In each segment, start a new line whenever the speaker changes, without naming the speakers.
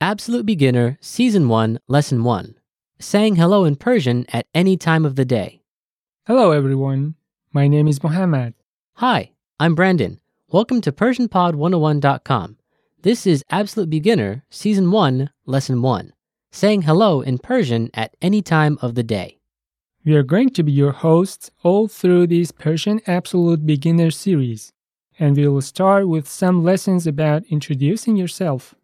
Absolute Beginner, Season 1, Lesson 1 Saying hello in Persian at any time of the day.
Hello, everyone. My name is Mohammad.
Hi, I'm Brandon. Welcome to PersianPod101.com. This is Absolute Beginner, Season 1, Lesson 1 Saying hello in Persian at any time of the day.
We are going to be your hosts all through this Persian Absolute Beginner series, and we will start with some lessons about introducing yourself.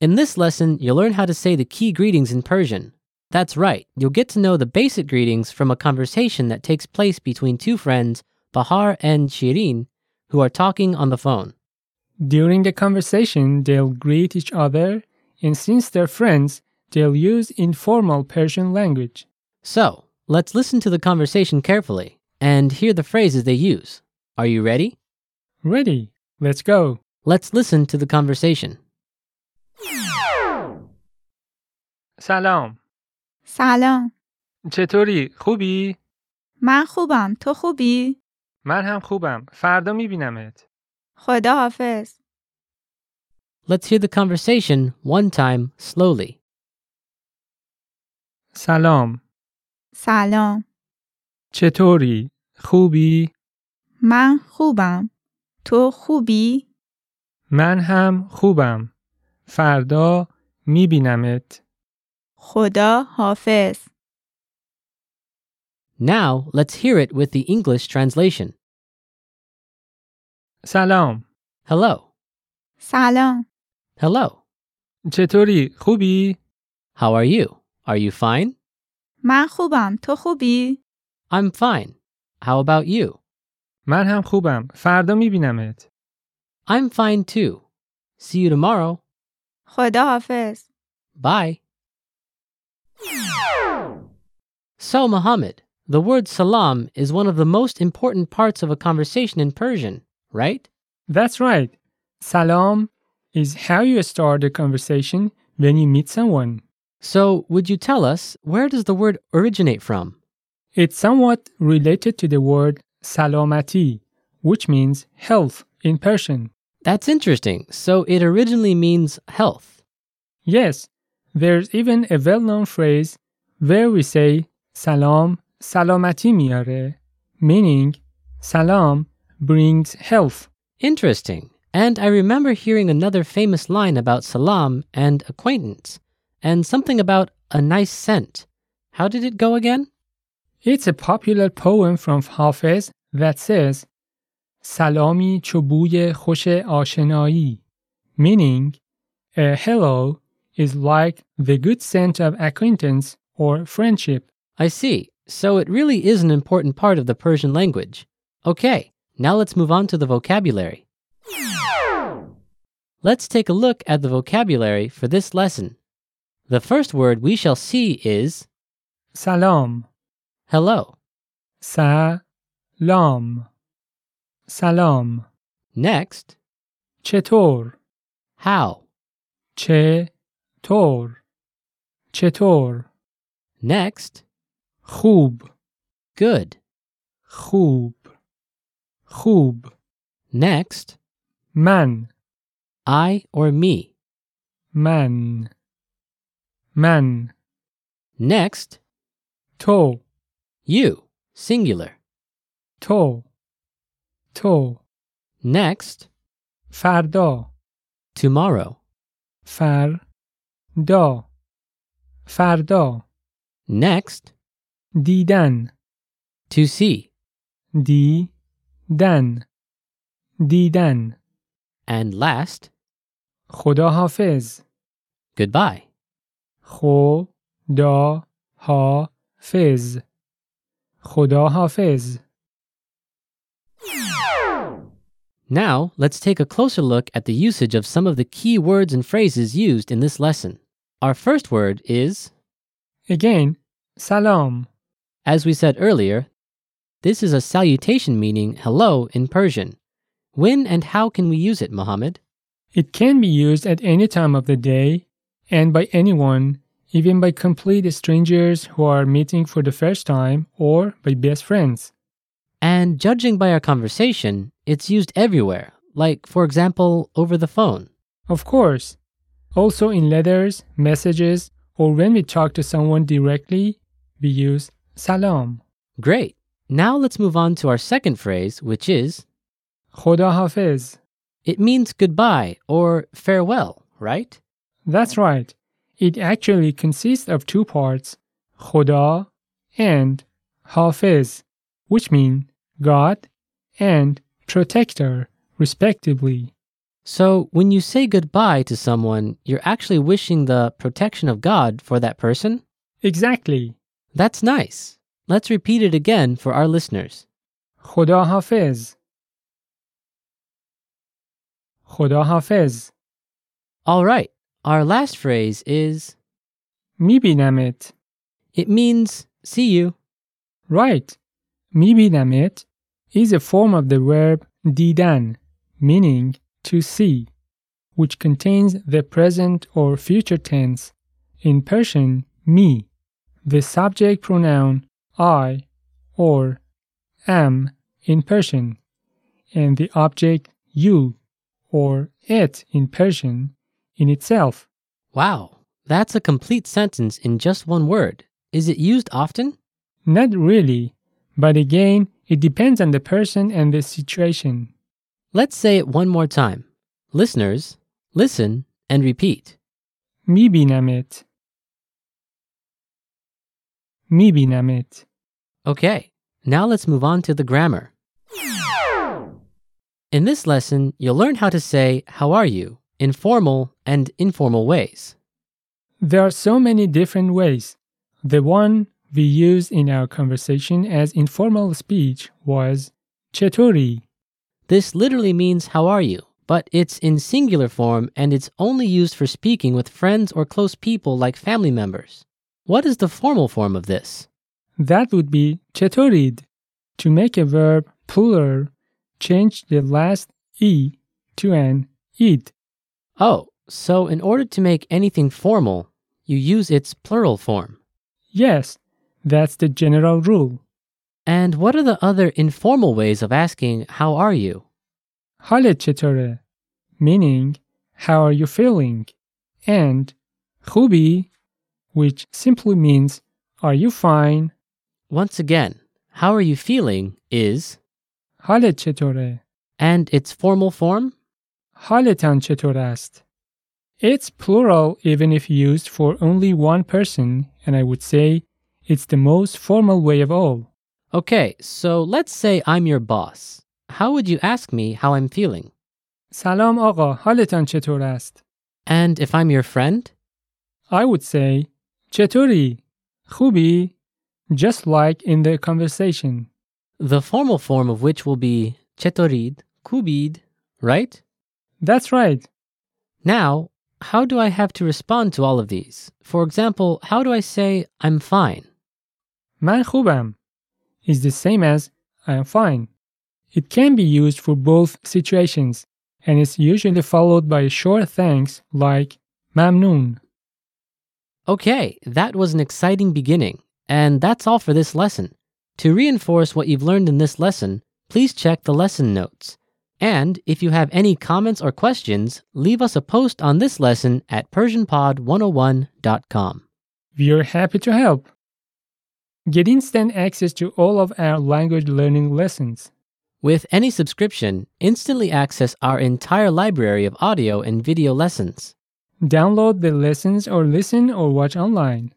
In this lesson, you'll learn how to say the key greetings in Persian. That's right, you'll get to know the basic greetings from a conversation that takes place between two friends, Bahar and Shirin, who are talking on the phone.
During the conversation, they'll greet each other, and since they're friends, they'll use informal Persian language.
So, let's listen to the conversation carefully and hear the phrases they use. Are you ready?
Ready? Let's go.
Let's listen to the conversation.
سلام.
سلام
چطوری؟ خوبی؟
من خوبم تو خوبی؟
من هم خوبم. فردا میبینمت.
خدا حافظ
Let's hear the conversation one time slowly.
سلام.
سلام
چطوری؟ خوبی؟
من خوبم تو خوبی؟
من هم خوبم. فردا میبینمت.
خدا حافظ
Now, let's hear it with the English translation.
سلام.
Hello.
سلام
Hello.
چطوری؟ خوبی؟
How are you? Are you fine?
من خوبم تو خوبی؟
I'm fine. How about you?
من هم خوبم. فردا میبینمت.
I'm fine too. See you tomorrow.
خدا حافظ
Bye. So, Mohammed, the word salam is one of the most important parts of a conversation in Persian, right?
That's right. Salam is how you start a conversation when you meet someone.
So, would you tell us where does the word originate from?
It's somewhat related to the word salamati, which means health in Persian.
That's interesting. So, it originally means health.
Yes, there's even a well known phrase where we say salam salamati miare, meaning salam brings health.
Interesting. And I remember hearing another famous line about salam and acquaintance, and something about a nice scent. How did it go again?
It's a popular poem from Hafiz that says salami chobuye khoshe ashenai, meaning a hello is like the good scent of acquaintance or friendship.
I see. So, it really is an important part of the Persian language. Okay, now let's move on to the vocabulary. Let's take a look at the vocabulary for this lesson. The first word we shall see is
Salam.
hello.
سلام سلام
Next,
چطور
how.
چطور چطور
Next,
خوب
good.
خوب خوب
Next,
من
I or me.
من من
Next,
تو
you, singular.
تو تو
Next,
فردا
tomorrow.
فردا فردا
Next,
دیدن
to see.
دیدن دیدن
And last,
خداحافظ
goodbye.
خدا حافظ خدا حافظ
Now, let's take a closer look at the usage of some of the key words and phrases used in this lesson. Our first word is,
Again سلام
as we said earlier, this is a salutation meaning hello in Persian. When and how can we use it, Mohammed?
It can be used at any time of the day and by anyone even by complete strangers who are meeting for the first time or by best friends.
And judging by our conversation, it's used everywhere, like, for example, over the phone.
Of course, Also, in letters, messages, or when we talk to someone directly, we use salam.
Great. Now let's move on to our second phrase, which is
Khoda hafiz.
it means goodbye or farewell, right?
That's right. It actually consists of two parts, Khoda and Hafiz, which mean God and protector, respectively.
So when you say goodbye to someone, you're actually wishing the protection of God for that person?
Exactly.
That's nice. Let's repeat it again for our listeners.
Khoda Hafiz. Khoda Hafiz.
All right. Our last phrase is
میبینمت.
it means see you.
Right. میبینمت is a form of the verb دیدن, meaning to see, which contains the present or future tense, in Persian, me, the subject pronoun I or am in Persian, and the object you or it in Persian in itself.
Wow. That's a complete sentence in just one word. Is it used often?
Not really, but again, it depends on the person and the situation.
Let's say it one more time. Listeners, listen and repeat.
میبینمت میبینمت
Okay, now let's move on to the grammar. In this lesson, you'll learn how to say, How are you? in formal and informal ways.
There are so many different ways. The one we used in our conversation as informal speech was چطوری
This literally means, How are you? but it's in singular form and it's only used for speaking with friends or close people like family members. What is the formal form of this?
That would be چطورید. To make a verb plural, change the last e to an id.
Oh, so in order to make anything formal, you use its plural form.
Yes, that's the general rule.
And what are the other informal ways of asking, How are you?
حالت چطوره؟ meaning how are you feeling and خوبی which simply means are you fine
Once again, how are you feeling is,
حالت چطوره
and its formal form?
حالتان چطور است It's plural even if used for only one person and I would say it's the most formal way of all.
Okay, so let's say I'm your boss. How would you ask me how I'm feeling?
سلام آقا حالتان چطور است
And if I'm your friend?
I would say چطوری خوبی just like in the conversation
The formal form of which will be chetorid, kubid, right?
That's right
Now, how do I have to respond to all of these? For example, how do I say I'm fine?
من خوبم is the same as I am fine. It can be used for both situations and is usually followed by a short thanks like ممنون.
Okay, that was an exciting beginning, and that's all for this lesson. To reinforce what you've learned in this lesson, please check the lesson notes. And if you have any comments or questions, leave us a post on this lesson at PersianPod101.com.
We are happy to help. Get instant access to all of our language learning lessons.
With any subscription, instantly access our entire library of audio and video lessons.
Download the lessons or listen or watch online.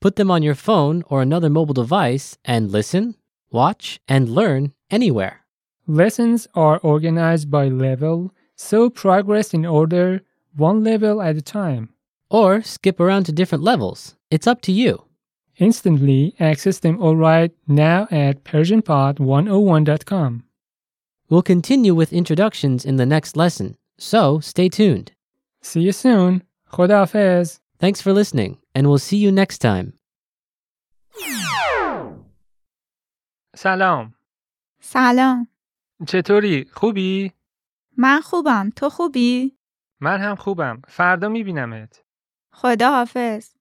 Put them on your phone or another mobile device and listen, watch, and learn anywhere.
Lessons are organized by level, so progress in order, one level at a time.
Or skip around to different levels. It's up to you.
Instantly access them all right now at PersianPod101.com.
We'll continue with introductions in the next lesson, so stay tuned.
See you soon. Khoda Hafiz.
Thanks for listening, and we'll see you next time.
سلام.
سلام
چطوری؟ خوبی؟
من خوبم تو خوبی
من هم خوبم. فردا میبینمت.
خدا حافظ